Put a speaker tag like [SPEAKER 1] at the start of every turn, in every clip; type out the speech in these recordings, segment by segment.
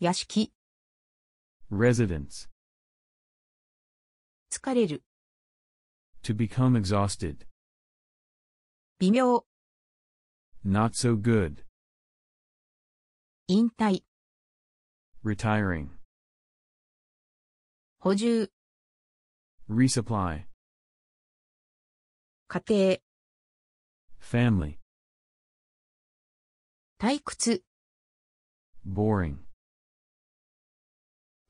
[SPEAKER 1] 屋敷、
[SPEAKER 2] residence,
[SPEAKER 1] 疲れる、
[SPEAKER 2] to become exhausted,
[SPEAKER 1] 微妙、
[SPEAKER 2] not so good,
[SPEAKER 1] 引退、
[SPEAKER 2] retiring,
[SPEAKER 1] 補充、
[SPEAKER 2] resupply,
[SPEAKER 1] 家庭、
[SPEAKER 2] family,
[SPEAKER 1] 退屈、
[SPEAKER 2] boring,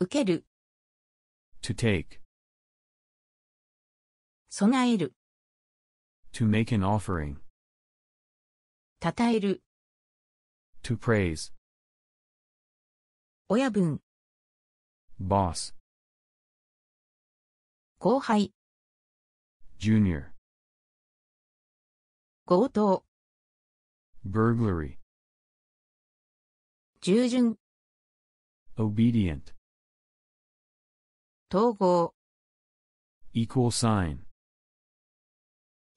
[SPEAKER 1] 受ける、
[SPEAKER 2] to take,
[SPEAKER 1] 備える、
[SPEAKER 2] to make an offering,
[SPEAKER 1] 称える、
[SPEAKER 2] to praise,
[SPEAKER 1] 親分、
[SPEAKER 2] boss,
[SPEAKER 1] 後輩、
[SPEAKER 2] junior,
[SPEAKER 1] 強盗、
[SPEAKER 2] burglary,
[SPEAKER 1] 従順、
[SPEAKER 2] obedient,
[SPEAKER 1] 統合、
[SPEAKER 2] equal sign,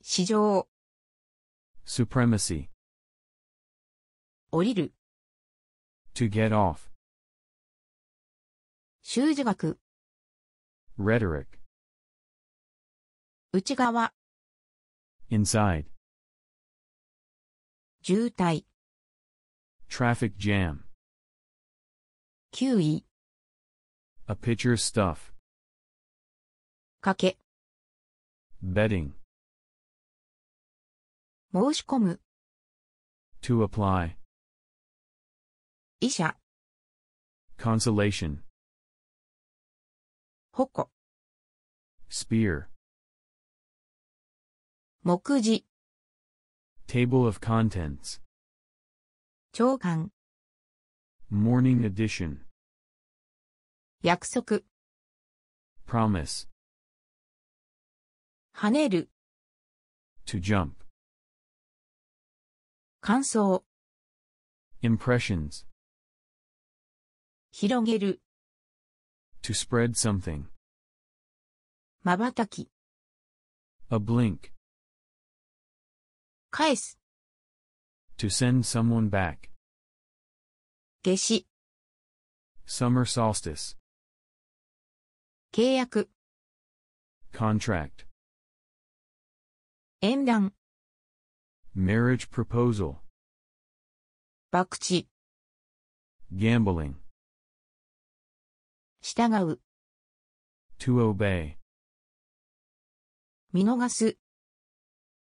[SPEAKER 1] 市場、
[SPEAKER 2] supremacy,
[SPEAKER 1] 降りる、
[SPEAKER 2] to get off,
[SPEAKER 1] 習字学、
[SPEAKER 2] rhetoric,
[SPEAKER 1] 内側、
[SPEAKER 2] inside,
[SPEAKER 1] 渋滞、
[SPEAKER 2] traffic jam,
[SPEAKER 1] 9位、
[SPEAKER 2] a pitcher's stuff,
[SPEAKER 1] かけ、
[SPEAKER 2] betting,
[SPEAKER 1] 申し込む、
[SPEAKER 2] to apply,
[SPEAKER 1] 医者、
[SPEAKER 2] consolation,
[SPEAKER 1] 矛、
[SPEAKER 2] spear,
[SPEAKER 1] 目次、
[SPEAKER 2] table of contents,
[SPEAKER 1] 長官、
[SPEAKER 2] morning edition,
[SPEAKER 1] 約束、
[SPEAKER 2] promise,
[SPEAKER 1] 跳ねる、
[SPEAKER 2] to jump,
[SPEAKER 1] 感想、
[SPEAKER 2] impressions,
[SPEAKER 1] 広げる、
[SPEAKER 2] to spread something,
[SPEAKER 1] 瞬き、
[SPEAKER 2] a blink,
[SPEAKER 1] 返す、
[SPEAKER 2] to send someone back,
[SPEAKER 1] 夏至、
[SPEAKER 2] summer solstice,
[SPEAKER 1] 契約、
[SPEAKER 2] contract,
[SPEAKER 1] 縁談、
[SPEAKER 2] marriage proposal,
[SPEAKER 1] 博打、
[SPEAKER 2] gambling,
[SPEAKER 1] 従う、
[SPEAKER 2] to obey,
[SPEAKER 1] 見逃す、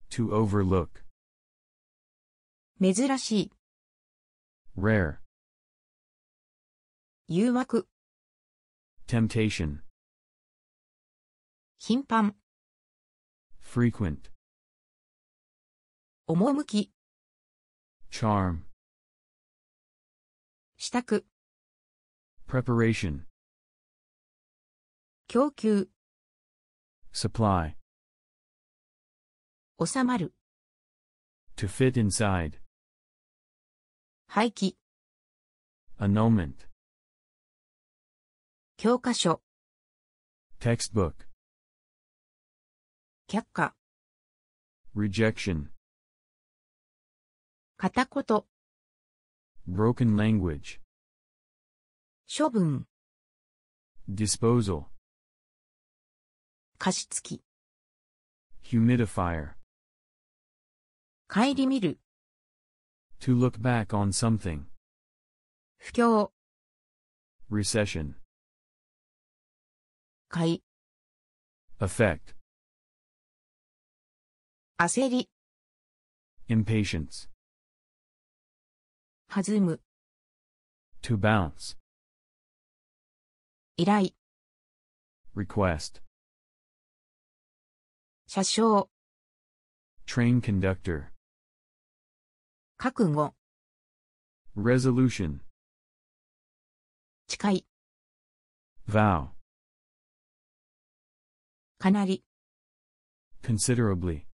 [SPEAKER 2] to overlook,
[SPEAKER 1] 珍しい、
[SPEAKER 2] rare,
[SPEAKER 1] 誘惑、
[SPEAKER 2] temptation,
[SPEAKER 1] 頻繁、
[SPEAKER 2] frequent,
[SPEAKER 1] 趣、
[SPEAKER 2] charm,
[SPEAKER 1] 支度、
[SPEAKER 2] preparation,
[SPEAKER 1] 供給、
[SPEAKER 2] supply,
[SPEAKER 1] 収まる、
[SPEAKER 2] to fit inside,
[SPEAKER 1] 廃棄、
[SPEAKER 2] annulment,
[SPEAKER 1] 教科書、
[SPEAKER 2] textbook,
[SPEAKER 1] 却下、
[SPEAKER 2] rejection,
[SPEAKER 1] 片言、
[SPEAKER 2] broken language,
[SPEAKER 1] 処分、
[SPEAKER 2] disposal,
[SPEAKER 1] 加湿器、
[SPEAKER 2] humidifier,
[SPEAKER 1] 帰り見る、
[SPEAKER 2] to look back on something,
[SPEAKER 1] 不況、
[SPEAKER 2] recession,
[SPEAKER 1] 買い、
[SPEAKER 2] effect,
[SPEAKER 1] 焦り、
[SPEAKER 2] impatience,
[SPEAKER 1] 弾む、
[SPEAKER 2] to bounce,
[SPEAKER 1] 依頼、
[SPEAKER 2] request,
[SPEAKER 1] 車掌、
[SPEAKER 2] train conductor,
[SPEAKER 1] 覚悟、
[SPEAKER 2] resolution,
[SPEAKER 1] 誓い、
[SPEAKER 2] vow,
[SPEAKER 1] かなり、
[SPEAKER 2] considerably,